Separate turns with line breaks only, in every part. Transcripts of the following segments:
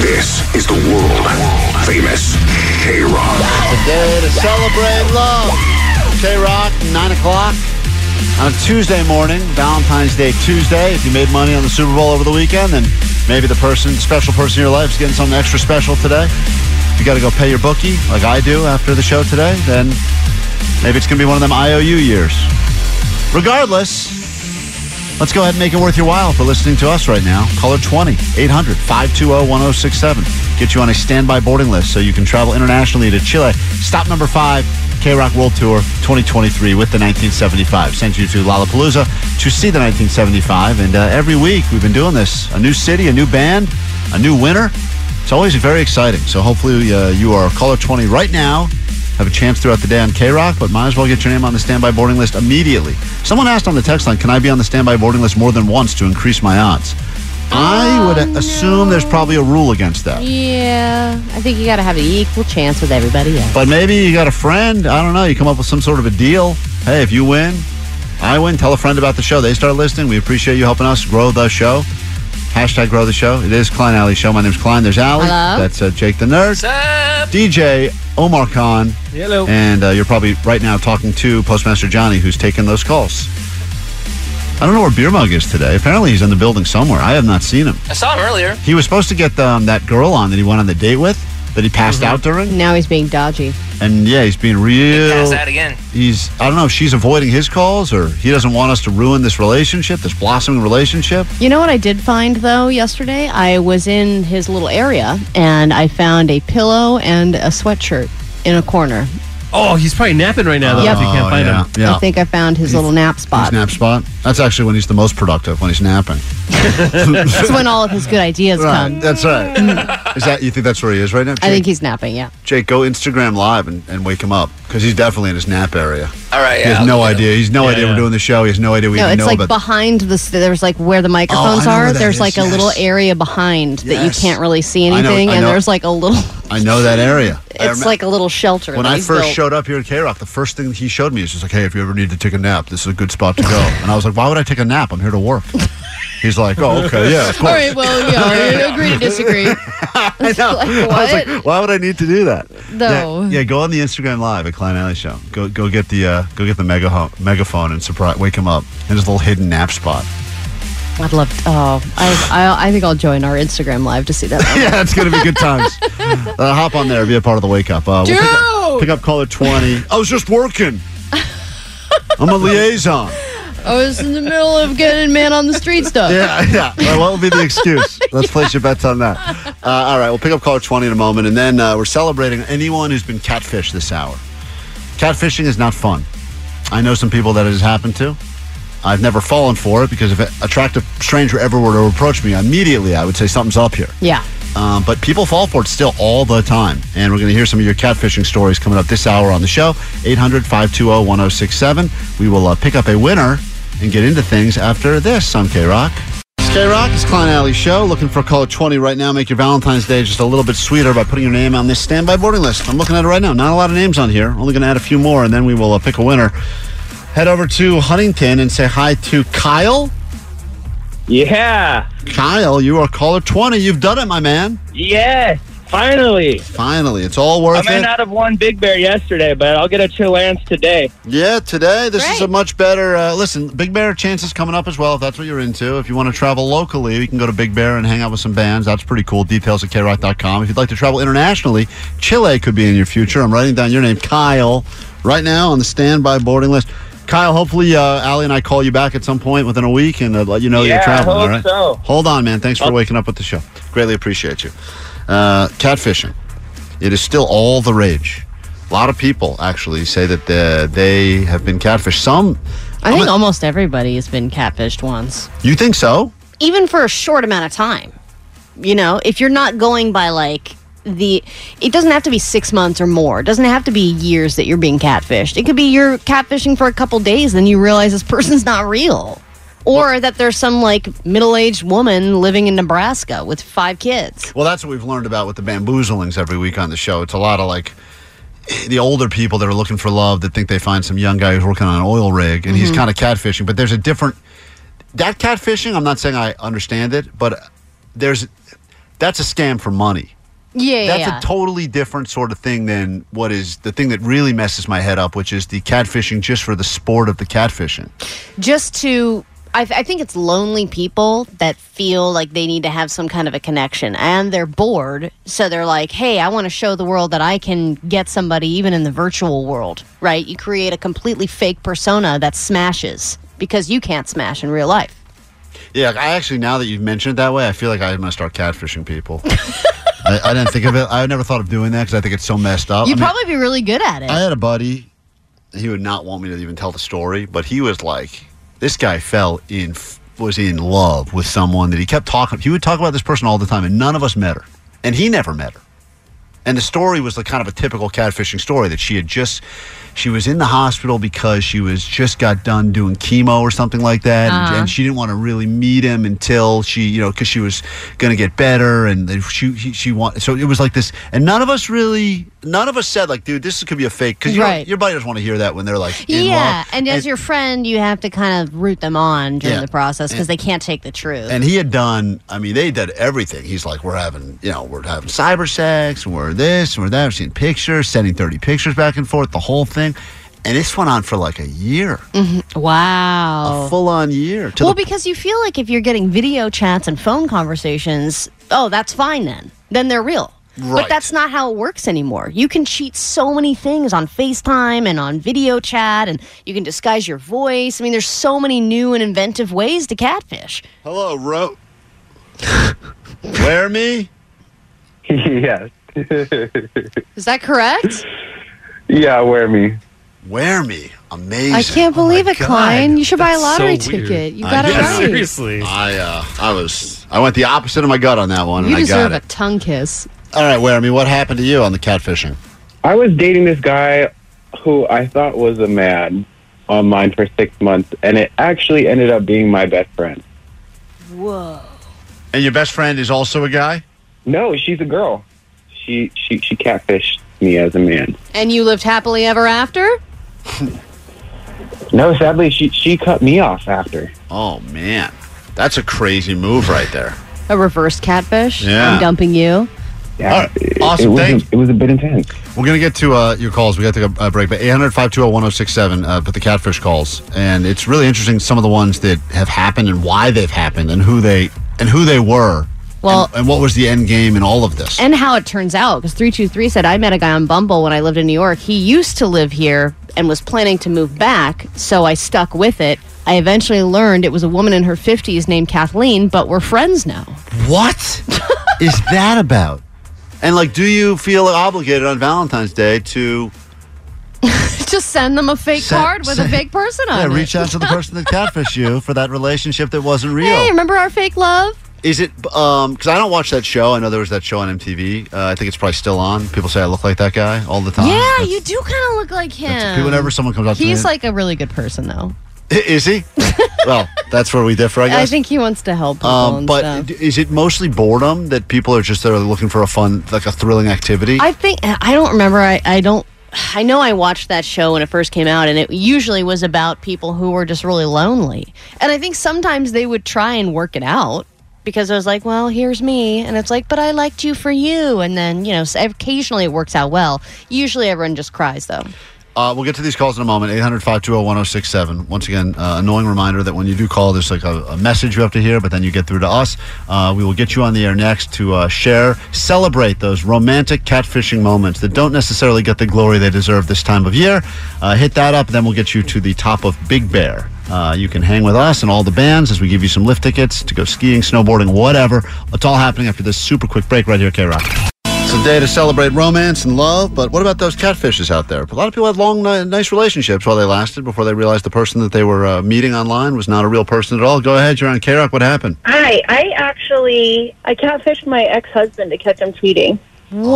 This is the world famous K Rock.
Today to celebrate love. K Rock, 9 o'clock on Tuesday morning, Valentine's Day Tuesday. If you made money on the Super Bowl over the weekend, then maybe the person, special person in your life is getting something extra special today. If you got to go pay your bookie, like I do after the show today, then maybe it's going to be one of them IOU years. Regardless, let's go ahead and make it worth your while for listening to us right now. Caller 20 800 520 1067. Get you on a standby boarding list so you can travel internationally to Chile. Stop number five, K Rock World Tour 2023 with the 1975. Sends you to Lollapalooza to see the 1975. And uh, every week we've been doing this a new city, a new band, a new winner. It's always very exciting. So hopefully uh, you are caller 20 right now have a chance throughout the day on K Rock, but might as well get your name on the standby boarding list immediately. Someone asked on the text line, "Can I be on the standby boarding list more than once to increase my odds?" I would assume there's probably a rule against that.
Yeah, I think you got to have an equal chance with everybody else.
But maybe you got a friend. I don't know. You come up with some sort of a deal. Hey, if you win, I win. Tell a friend about the show. They start listening. We appreciate you helping us grow the show. Hashtag grow the show. It is Klein Alley Show. My name's Klein. There's Alley.
Hello.
That's uh, Jake the Nerd. DJ Omar Khan.
Hello.
And uh, you're probably right now talking to Postmaster Johnny, who's taking those calls. I don't know where Beer Mug is today. Apparently, he's in the building somewhere. I have not seen him.
I saw him earlier.
He was supposed to get um, that girl on that he went on the date with, that he passed
Mm-hmm.
out during.
Now he's being dodgy.
And yeah, he's being real.
Pass that again.
He's, I don't know if she's avoiding his calls or he doesn't want us to ruin this relationship, this blossoming relationship.
You know what I did find though yesterday? I was in his little area and I found a pillow and a sweatshirt in a corner.
Oh, he's probably napping right now. Though,
Yep.
if you can't
Oh,
find
yeah.
him.
Yeah.
I think I found his little nap
His
spot.
nap spot. That's actually when he's the most productive, when he's napping.
That's when all of his good ideas come.
That's right. is that you think that's where he is right now? Jake,
I think he's napping, yeah.
Jake go Instagram live and, and wake him up because he's definitely in his nap area.
All right.
He
Yeah,
has
I'll
no
look at
idea.
him.
He's no
Yeah,
idea we're
yeah.
doing the show. He has no idea we
No,
even
it's
know
like
about. Oh,
behind the st- there's like where the microphones
know where
are.
that is,
There's like a little
yes.
area behind that you
Yes.
can't really see
I know-
anything,
I
and
know.
there's like a little.
I know that area. I
It's
remem-
like a little shelter.
when
that
I
he's
first
built.
showed up here at K Rock, the first thing he showed me is just like, "Hey, if you ever need to take a nap, this is a good spot to go." and I was like, "Why would I take a nap? I'm here to work." He's like, "Oh, okay, yeah, of course."
All right, well, yeah, I agree to disagree.
I know.
Like,
I was like,
what?
why would I need to do that?
No.
Yeah, yeah, go on the Instagram live at Klein Alley Show. Go go get the uh, go get the mega megaphone and surprise wake him up in his little hidden nap spot.
I'd love. To, oh, I, I, I think I'll join our Instagram live to see that. one.
yeah, it's gonna be good times. uh, hop on there, be a part of the wake up. Uh, we'll pick, up,
Dude!
pick up caller twenty. I was just working. I'm a liaison.
I was in the middle of getting man on the street stuff.
Yeah, yeah. Well, what will be the excuse? Let's place your bets on that. Uh, all right, we'll pick up caller 20 in a moment, and then uh, we're celebrating anyone who's been catfished this hour. Catfishing is not fun. I know some people that it has happened to. I've never fallen for it because if an attractive stranger ever were to approach me, immediately I would say something's up here.
Yeah.
Um, but people fall for it still all the time. And we're going to hear some of your catfishing stories coming up this hour on the show. 800 520 1067. We will uh, pick up a winner and get into things after this on K Rock. K Rock is Klein Alley Show. Looking for caller 20 right now. Make your Valentine's Day just a little bit sweeter by putting your name on this standby boarding list. I'm looking at it right now. Not a lot of names on here. Only going to add a few more, and then we will uh, pick a winner. Head over to Huntington and say hi to Kyle.
Yeah.
Kyle, you are caller 20. You've done it, my man.
Yes. Finally,
Finally, it's all worth
I may
it.
not have won Big Bear yesterday, but I'll get a Chillance today.
Yeah, today this is
Great.
a much better. Uh, listen, Big Bear chances coming up as well. If that's what you're into, if you want to travel locally, you can go to Big Bear and hang out with some bands. That's pretty cool. Details at krock.com. If you'd like to travel internationally, Chile could be in your future. I'm writing down your name, Kyle, right now on the standby boarding list. Kyle, hopefully, uh, Allie and I call you back at some point within a week and uh, let you know
Yeah,
you're
I
traveling.
hope
all right.
so. Oh.
Hold on, man. Thanks for waking up with the show. Greatly appreciate you. Uh, catfishing. It is still all the rage. A lot of people actually say that the, they have been catfished. Some,
I
I'm
think
a-
almost everybody has been catfished once.
you think so?
even for a short amount of time. You know, if you're not going by like the, it doesn't have to be six months or more. It doesn't have to be years that you're being catfished. It could be you're catfishing for a couple days, then you realize this person's not real. Or that there's some like middle aged woman living in Nebraska with five kids.
Well, that's what we've learned about with the bamboozlings every week on the show. It's a lot of like the older people that are looking for love that think they find some young guy who's working on an oil rig and he's kind
Mm-hmm.
of catfishing. But there's a different that catfishing. I'm not saying I understand it, but there's that's a scam for money.
Yeah,
That's a totally different sort of thing than what is the thing that really messes my head up, which is the catfishing just for the sport of the catfishing.
just to I, I think it's lonely people that feel like they need to have some kind of a connection and they're bored so they're like hey i want to show the world that i can get somebody even in the virtual world right you create a completely fake persona that smashes because you can't smash in real life
Yeah, like, I actually now that you've mentioned it that way, I feel like I'm gonna start catfishing people. I, I didn't think of it. I never thought of doing that because I think it's so messed up. I
you'd
mean,
probably be really good at it
I had a buddy. He would not want me to even tell the story, but he was like, this guy fell in f- was in love with someone that he kept talking. He would talk about this person all the time, and none of us met her, and he never met her. And the story was the kind of a typical catfishing story that she had just she was in the hospital because she was just got done doing chemo or something like that,
Uh-huh.
and, and she didn't want to really meet him until she you know because she was going to get better, and they- she he, she want so it was like this, and none of us really none of us said like, dude, this could be a fake because
Right.
your buddy doesn't want to hear that when they're like, in
yeah
love.
and as your friend you have to kind of root them on during
Yeah.
the process because
And-
they can't take the truth
And he had done, I mean, they did everything. He's like, we're having, you know, we're having cyber sex, and we're this, and we're that. We're seeing pictures, sending 30 pictures back and forth, the whole thing. And this went on for like a year,
Mm-hmm.
wow
a full on year. To
well,
the,
because you feel like if you're getting video chats and phone conversations, oh, that's fine then. Then they're real.
Right.
But that's not how it works anymore. You can cheat so many things on FaceTime and on video chat, and you can disguise your voice. I mean, there's so many new and inventive ways to catfish.
Hello, Ro. Wear me?
yes.
Is that correct?
Yeah, wear me.
Wear me. Amazing.
I can't
Oh my
believe it,
God.
Klein. You should buy a
That's so
lottery
weird.
ticket. You
I
got it
guess.
right.
Seriously.
I, uh, I was, I went the opposite of my gut on that one,
You
and I
deserve
got
a
it.
tongue kiss.
All right, Wear me, what happened to you on the catfishing?
I was dating this guy who I thought was a man online for six months, and it actually ended up being my best friend.
And your best friend is also a guy?
No, she's a girl. She she she catfished me as a man.
And you lived happily ever after?
No, sadly, she she cut me off after.
Oh, man. That's a crazy move right there.
A reverse catfish?
Yeah.
I'm dumping you.
Yeah,
All right.
it-
Awesome.
It was,
Thank-
a, it was a bit intense.
We're going to get to uh, your calls. We got to go, uh, break, but 800 520 1067, uh, but the catfish calls. And it's really interesting some of the ones that have happened and why they've happened and who they and who they were.
Well-
and, and what was the end game in all of this?
and how it turns out because 323 said i met a guy on bumble when i lived in new york he used to live here and was planning to move back so i stuck with it i eventually learned it was a woman in her 50s named kathleen but we're friends now
what is that about? And like, do you feel obligated on Valentine's Day to
just send them a fake
Send-
card with
send-
a fake person
yeah,
on it
reach out to the person that catfished you for that relationship that wasn't real?
hey remember our fake love
Is it um 'cause because I don't watch that show? I know there was that show on MTV. Uh, I think it's probably still on. People say I look like that guy all the time.
yeah
Ah, That's-
you do kind of look like
that's-
him
Whenever someone comes up to me,
Um, he's like a really good person though
is he? well, that's where we differ, I guess.
i think he wants to help people
Um,
and
but
stuff.
d- is it mostly boredom that people are just there looking for a fun, like a thrilling activity?
I think I don't remember. I, I don't. I know I watched that show when it first came out, and it usually was about people who were just really lonely. And I think sometimes they would try and work it out. because I was like, well, here's me. And it's like, but I liked you for you. And then, you know, so occasionally it works out well. Usually everyone just cries, though.
Uh, we'll get to these calls in a moment. 800 520 1067. Once again, uh, annoying reminder that when you do call, there's like a, a message you have to hear, but then you get through to us. Uh, we will get you on the air next to uh, share, celebrate those romantic catfishing moments that don't necessarily get the glory they deserve this time of year. Uh, hit that up, then we'll get you to the top of Big Bear. Uh, you can hang with us and all the bands as we give you some lift tickets to go skiing, snowboarding, whatever. It's all happening after this super quick break right here, K Rock. It's a day to celebrate romance and love, but what about those catfishes out there? A lot of people had long, ni- nice relationships while they lasted before they realized the person that they were uh, meeting online was not a real person at all. Go ahead, you're on K Rock. What happened?
Hi, I actually I catfished my ex husband to catch him cheating.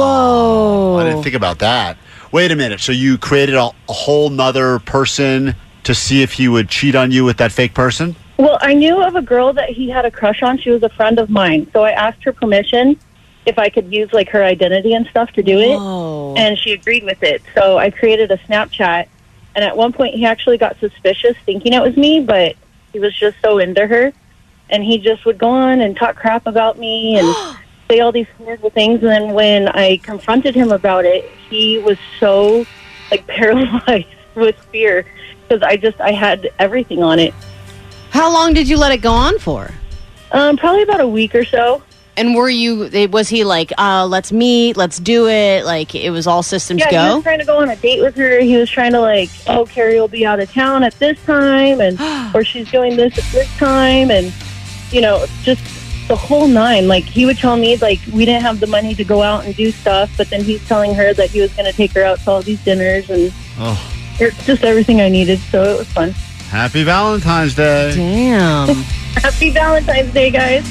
Whoa.
I didn't think about that. Wait a minute. So you created a, a whole nother person to see if he would cheat on you with that fake person?
Well, I knew of a girl that he had a crush on. She was a friend of mine, so I asked her permission if I could use like her identity and stuff to do it,
Whoa.
and she agreed with it. So I created a Snapchat, and at one point he actually got suspicious, thinking it was me, but he was just so into her, and he just would go on and talk crap about me and. Say all these horrible things, and then when I confronted him about it, he was so like paralyzed with fear because I just I had everything on it.
How long did you let it go on for?
Um, probably about a week or so.
And were you, it- was he like, uh, let's meet, let's do it? Like, it was all systems
yeah, he
go?
was trying to go on a date with her. He was trying to like, oh, Carrie will be out of town at this time, and or she's doing this at this time, and you know, just the whole nine. Like he would tell me like we didn't have the money to go out and do stuff, but then he's telling her that he was going to take her out to all these dinners, and
Oh,
it's just everything I needed. So it was fun.
happy Valentine's Day.
Damn.
Happy Valentine's Day, guys.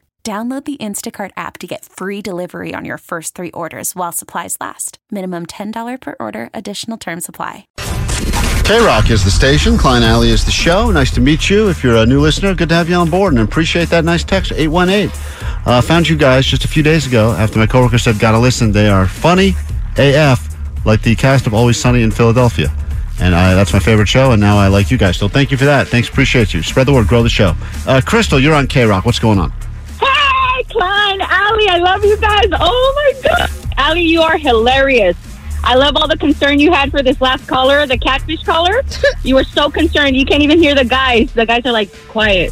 Download the Instacart app to get free delivery on your first three orders while supplies last. Minimum $10 per order, additional term supply.
K Rock is the station. Klein Alley is the show. Nice to meet you. If you're a new listener, good to have you on board and appreciate that nice text. 818. Uh, found you guys just a few days ago after my coworker said, Gotta listen. They are funny AF, like the cast of Always Sunny in Philadelphia. And I, that's my favorite show, and now I like you guys. So thank you for that. Thanks, appreciate you. Spread the word, grow the show. Uh, Crystal, you're on K Rock. What's going on?
Hey, Klein, Allie, I love you guys. Oh my God. Allie, you are hilarious. I love all the concern you had for this last caller, the catfish caller. you were so concerned. You can't even hear the guys. The guys are like, quiet.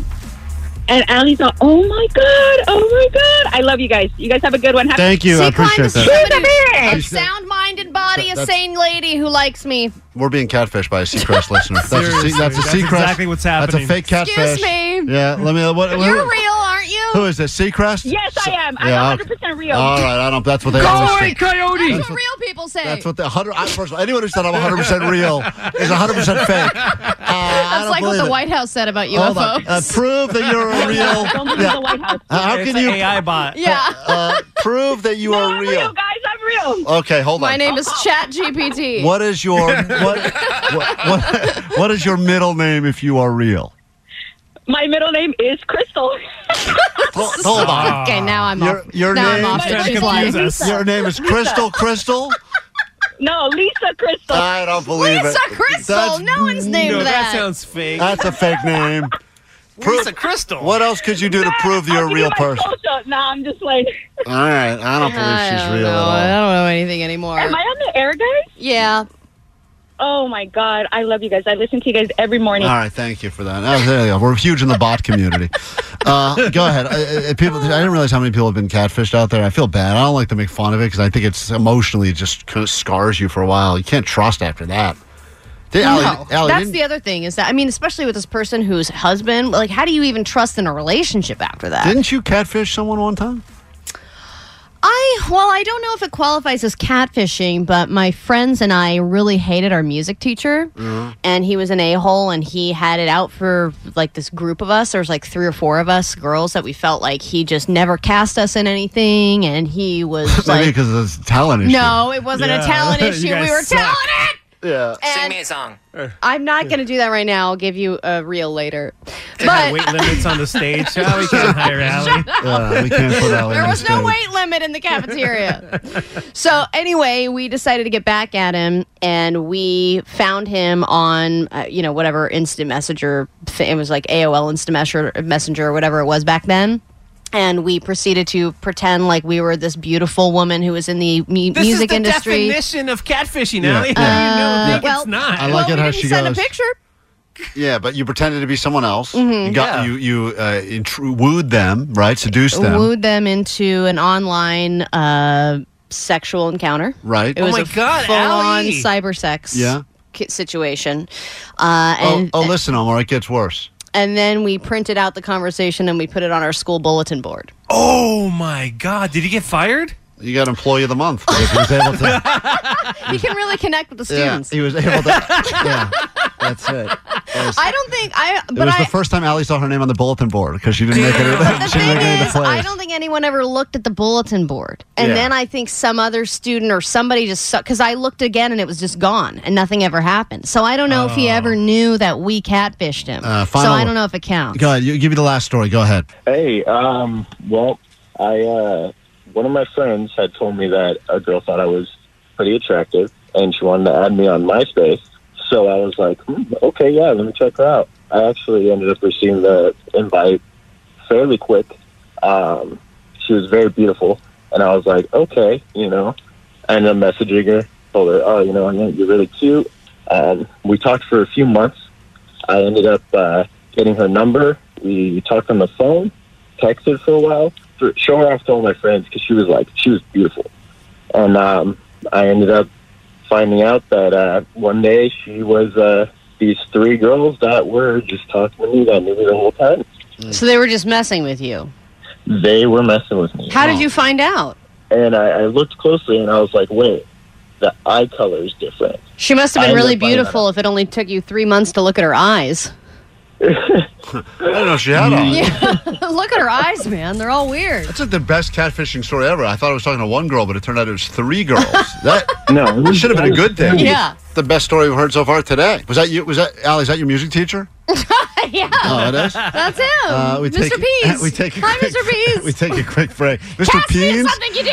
And Allie's all, oh my God, oh my God. I love you guys. You guys have a good one. Happy-
Thank you. I
See, Klein,
appreciate
this is
that.
Somebody- a
She's-
sound mind and body, a
That's-
sane lady who likes me.
We're being catfished by a Seacrest listener. That's a, sea,
Seriously,
that's a
that's
Seacrest.
exactly what's
That's a
happening.
fake catfish.
Excuse me.
Yeah, let me. uh, What, what-
You're real, aren't you?
Who is this? Seacrest?
yes, I am. I'm
Yeah, okay.
100% real.
All right, I don't. That's what they always
Go away,
think.
Oh, Coyote!
That's what real people say.
That's what the hundred. I- First of all, anyone who said I'm 100 percent real is 100 percent fake. Uh, I
That's
don't
like what
believe
the
it.
White House said about
Hold
UFOs.
on. Uh, prove that you're a
Don't
real.
believe
Yeah.
the White House.
Uh, how
it's
can
an
you
AI bot.
yeah.
uh, prove that you
No,
are
I'm real.
real?
guys. I'm real.
Okay, hold
My
on.
name is Chat GPT.
What is your what, what what what is your middle name if you are real?
My middle name is Crystal.
Hold, hold on.
Okay, now I'm
Your
off.
your
now I'm
name
off
Trying
the
to
she's
confuse
lying.
us.
your name is Crystal Crystal.
No, Lisa Crystal.
I don't believe
Lisa
it.
Crystal.
That's-
no one's named
No,
that.
that sounds fake.
That's a fake name. Prove-
Lisa Crystal.
What else could you do to prove that
I'll
you're
"Oh,
a
give you
real
my
person?
social. No, I'm just like,
All right, I don't believe
I
she's
don't
real
know. I
at all.
don't know anything anymore.
am I on the air, guys?
yeah.
Oh my God, I love you guys. I listen to you guys every morning.
All right, thank you for that. Oh, there you go. We're huge in the bot community. Uh, go ahead. I, I, people, I didn't realize how many people have been catfished out there. I feel bad. I don't like to make fun of it because I think it's emotionally it just kind of scars you for a while. You can't trust after that. Did, Allie,
No.
Allie,
That's
didn't-
the other thing is that I mean, especially with this person whose husband, like, how do you even trust in a relationship after that?
didn't you catfish someone one time?
I well, I don't know if it qualifies as catfishing, but my friends and I really hated our music teacher,
Mm-hmm.
and he was an a hole, and he had it out for like this group of us. There was like three or four of us girls that we felt like he just never cast us in anything, and he was
Maybe
like,
because it's a talent issue.
"No, it wasn't a
Yeah.
talent
You
issue. We
guys
were
suck.
talented."
Yeah.
And
me a song.
I'm not going to do that right now. I'll give you a reel later.
Had
But
weight limits on the stage. Oh, we can't hire Allie.
Yeah, we can't put Allie
There
on
was
stage.
no weight limit in the cafeteria. so anyway, we decided to get back at him, and we found him on uh, you know whatever instant messenger. thi- It was like AOL instant messenger, messenger or whatever it was back then. And we proceeded to pretend like we were this beautiful woman who was in the mu-
This
music
is the
industry. Uh,
definition of catfishing,
Yeah.
Allie. How do you know, think
well-
it's not.
I
Well,
like
we
it how
didn't
she
send
goes.
a picture.
Yeah, but you pretended to be someone else.
Mm-hmm.
You got
Yeah.
you you uh, intru- wooed them, right? Seduced them,
Wooed them into an online uh, sexual encounter.
right?
It was
my
a
God,
full-on
Allie.
cyber sex
Yeah.
ki- situation. Uh,
oh,
and
oh, listen, Omar, it gets worse.
and then we printed out the conversation and we put it on our school bulletin board.
Oh my God! Did he get fired?
You got employee of the month. If he was able to,
You can really connect with the
yeah,
students.
he was able to. Yeah, that's it. It was,
I don't think I
it
but
was
I
the first time Allie saw her name on the bulletin board because she didn't make
the
it. she didn't
thing
make it into
is, I
place.
don't think anyone ever looked at the bulletin board. And
Yeah.
then I think some other student or somebody just because I looked again and it was just gone and nothing ever happened. So I don't know if he ever knew that we catfished him.
Oh. Uh,
so
final-
I don't know if it counts.
Go ahead. You give me the last story. Go ahead.
Hey, um, well, I uh, one of my friends had told me that a girl thought I was pretty attractive, and she wanted to add me on MySpace. So I was like, hmm, okay, yeah, let me check her out. I actually ended up receiving the invite fairly quick. Um, she was very beautiful, and I was like, okay, you know. I ended up messaging her, told her, oh, you know, you're really cute. Um, we talked for a few months. I ended up uh, getting her number. We talked on the phone, texted for a while, threw- show her off to all my friends because she was like, she was beautiful. And um, I ended up finding out that uh, one day she was uh, these three girls that were just talking to me that knew me the whole time.
So they were just messing with you.
They were messing with me.
How did you find out?
And I, I looked closely and I was like, wait, the eye color is different.
She must have
I
been really
ended up finding
beautiful if it only took you three months to look at her eyes.
I don't know if she had on.
look at her eyes, man. They're all weird.
That's like the best catfishing story ever. I thought I was talking to one girl, but it turned out it was three girls. That
No, it was-
should have been a good thing.
Yeah.
The best story we've heard so far today. Was that you? Was that Allie? Is that your music teacher?
yeah,
Oh, it is.
that's him.
Uh, we
Mr.
Take,
Pease.
We take a
Hi,
quick,
Mr. Pease.
We take Uh, a quick break. Mr.
Ask me
Pease,
something, you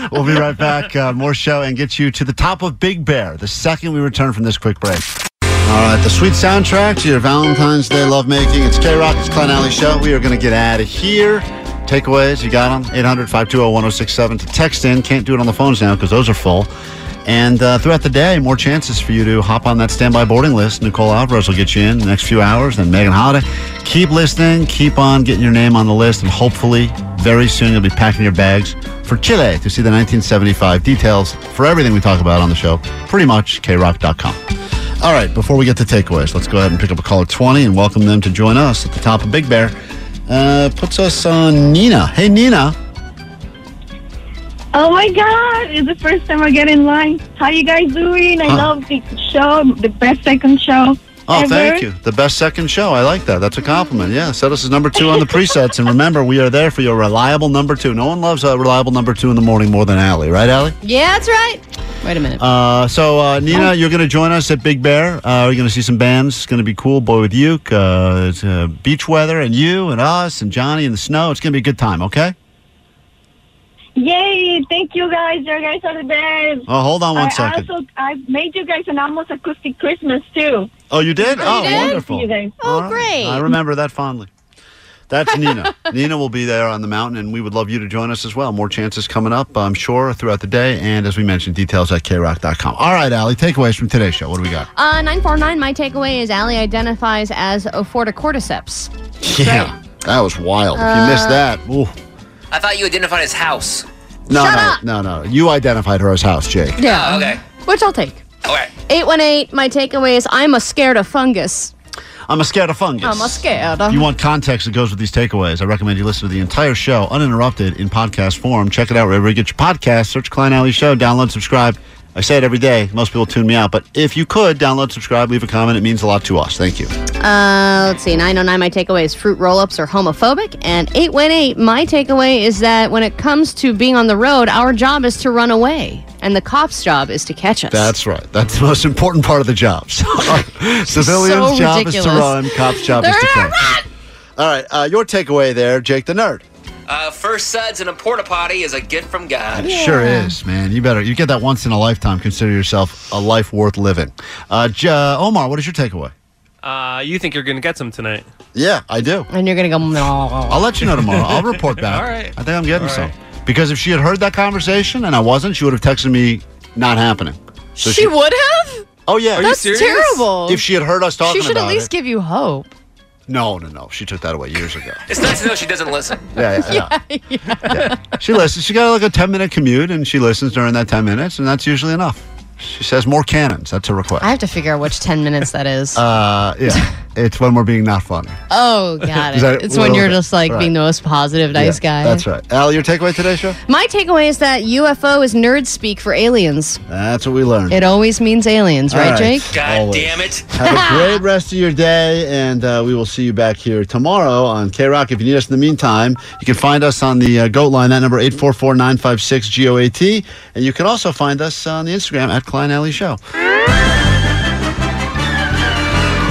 dick.
we'll be right back. Uh, more show and get you to the top of Big Bear the second we return from this quick break. All right, the sweet soundtrack to your Valentine's Day lovemaking. It's K Rock, it's Klein Alley Show. We are going to get out of here. Takeaways, you got them? 800 520 1067 to text in. Can't do it on the phones now because those are full. And uh, throughout the day, more chances for you to hop on that standby boarding list. Nicole Alvarez will get you in the next few hours, then Megan Holiday. Keep listening, keep on getting your name on the list, and hopefully, very soon, you'll be packing your bags for Chile to see the 1975 details for everything we talk about on the show. Pretty much, krock.com. All right, before we get to takeaways, let's go ahead and pick up a caller 20 and welcome them to join us at the top of Big Bear. Uh, puts us on Nina. Hey, Nina.
Oh my God! It's the first time I get in line. How you guys doing? I
Huh.
love the show, the best second show.
Oh,
ever.
thank you. The best second show. I like that. That's a compliment. Yeah, set us as number two on the presets. And remember, we are there for your reliable number two. No one loves a reliable number two in the morning more than Allie, right, Allie?
yeah, that's right. Wait a minute.
Uh, so, uh, Nina, you're going to join us at Big Bear. Uh, we're going to see some bands. It's going to be cool. Boy with you. Uh, it's, uh, beach weather, and you, and us, and Johnny, and the snow. It's going to be a good time, okay?
Yay! Thank you guys. You guys are the best.
Oh, hold on one
I
second.
also I made you guys an almost acoustic Christmas too.
Oh, you did? Oh,
did?
wonderful.
You guys.
Oh,
All right.
great.
I remember that fondly. That's Nina. Nina will be there on the mountain, and we would love you to join us as well. More chances coming up, I'm sure, throughout the day. And as we mentioned, details at krock.com. All right, Allie, takeaways from today's show. What do we got?
Uh, 949, my takeaway is Allie identifies as Ophorticordyceps.
Yeah. That was wild. if you
Uh,
missed that, ooh.
I thought you identified as House.
No, no, no, no. You identified her as house, Jake.
Oh, okay.
Which I'll take.
All right.
818, my takeaway is I'm a scared of fungus.
I'm a scared of fungus.
I'm a scared.
If you want context that goes with these takeaways, I recommend you listen to the entire show uninterrupted in podcast form. Check it out wherever you get your podcast. Search Klein Alley Show, download, subscribe. I say it every day. Most people tune me out, but if you could, download, subscribe, leave a comment. It means a lot to us. Thank you.
Uh, let's see. 909, my takeaway is fruit roll ups are homophobic. And 818, my takeaway is that when it comes to being on the road, our job is to run away, and the cop's job is to catch us.
That's right. That's the most important part of the job. So, Civilians' job is
ridiculous.
to run, cops' job is to
They're
catch. All right, uh, your takeaway there, Jake the Nerd.
Uh, first suds in a porta potty is a gift from God.
It Sure is, man. You better you get that once in a lifetime. Consider yourself a life worth living. Uh, J- uh, Omar, what is your takeaway?
Uh, you think you're going to get some tonight?
Yeah, I do.
And you're going to go, no.
I'll let you know tomorrow. I'll report back.
All right.
I think I'm getting
All
some. Because if she had heard that conversation and I wasn't, she would have texted me, not happening. So
she would have?
Oh, yeah.
Are you That's serious? terrible.
If she had heard us talking
She should
about
at least
it.
give you hope.
No, no, no. She took that away years ago.
It's nice to know she doesn't listen.
Yeah, yeah, yeah. Yeah. She listens. She got like a 10 minute commute and she listens during that 10 minutes, and that's usually enough. She says more cannons. That's her request.
I have to figure out which 10 minutes that is.
Uh, yeah. it's when we're being not funny.
oh, got
Is
it.
that-
it's when
well,
you're
okay.
just like
Right.
being the most positive, nice
Yeah,
guy.
That's right. Al, your takeaway today, show?
My takeaway is that UFO is nerd speak for aliens.
That's what we learned.
It always means aliens,
All
right,
right.
Jake?
God damn it.
Have a great rest of your day, and uh, we will see you back here tomorrow on K Rock. If you need us in the meantime, you can find us on the uh, GOAT line, that number 844 956 GOAT. And you can also find us on the Instagram at Klein Alley Show.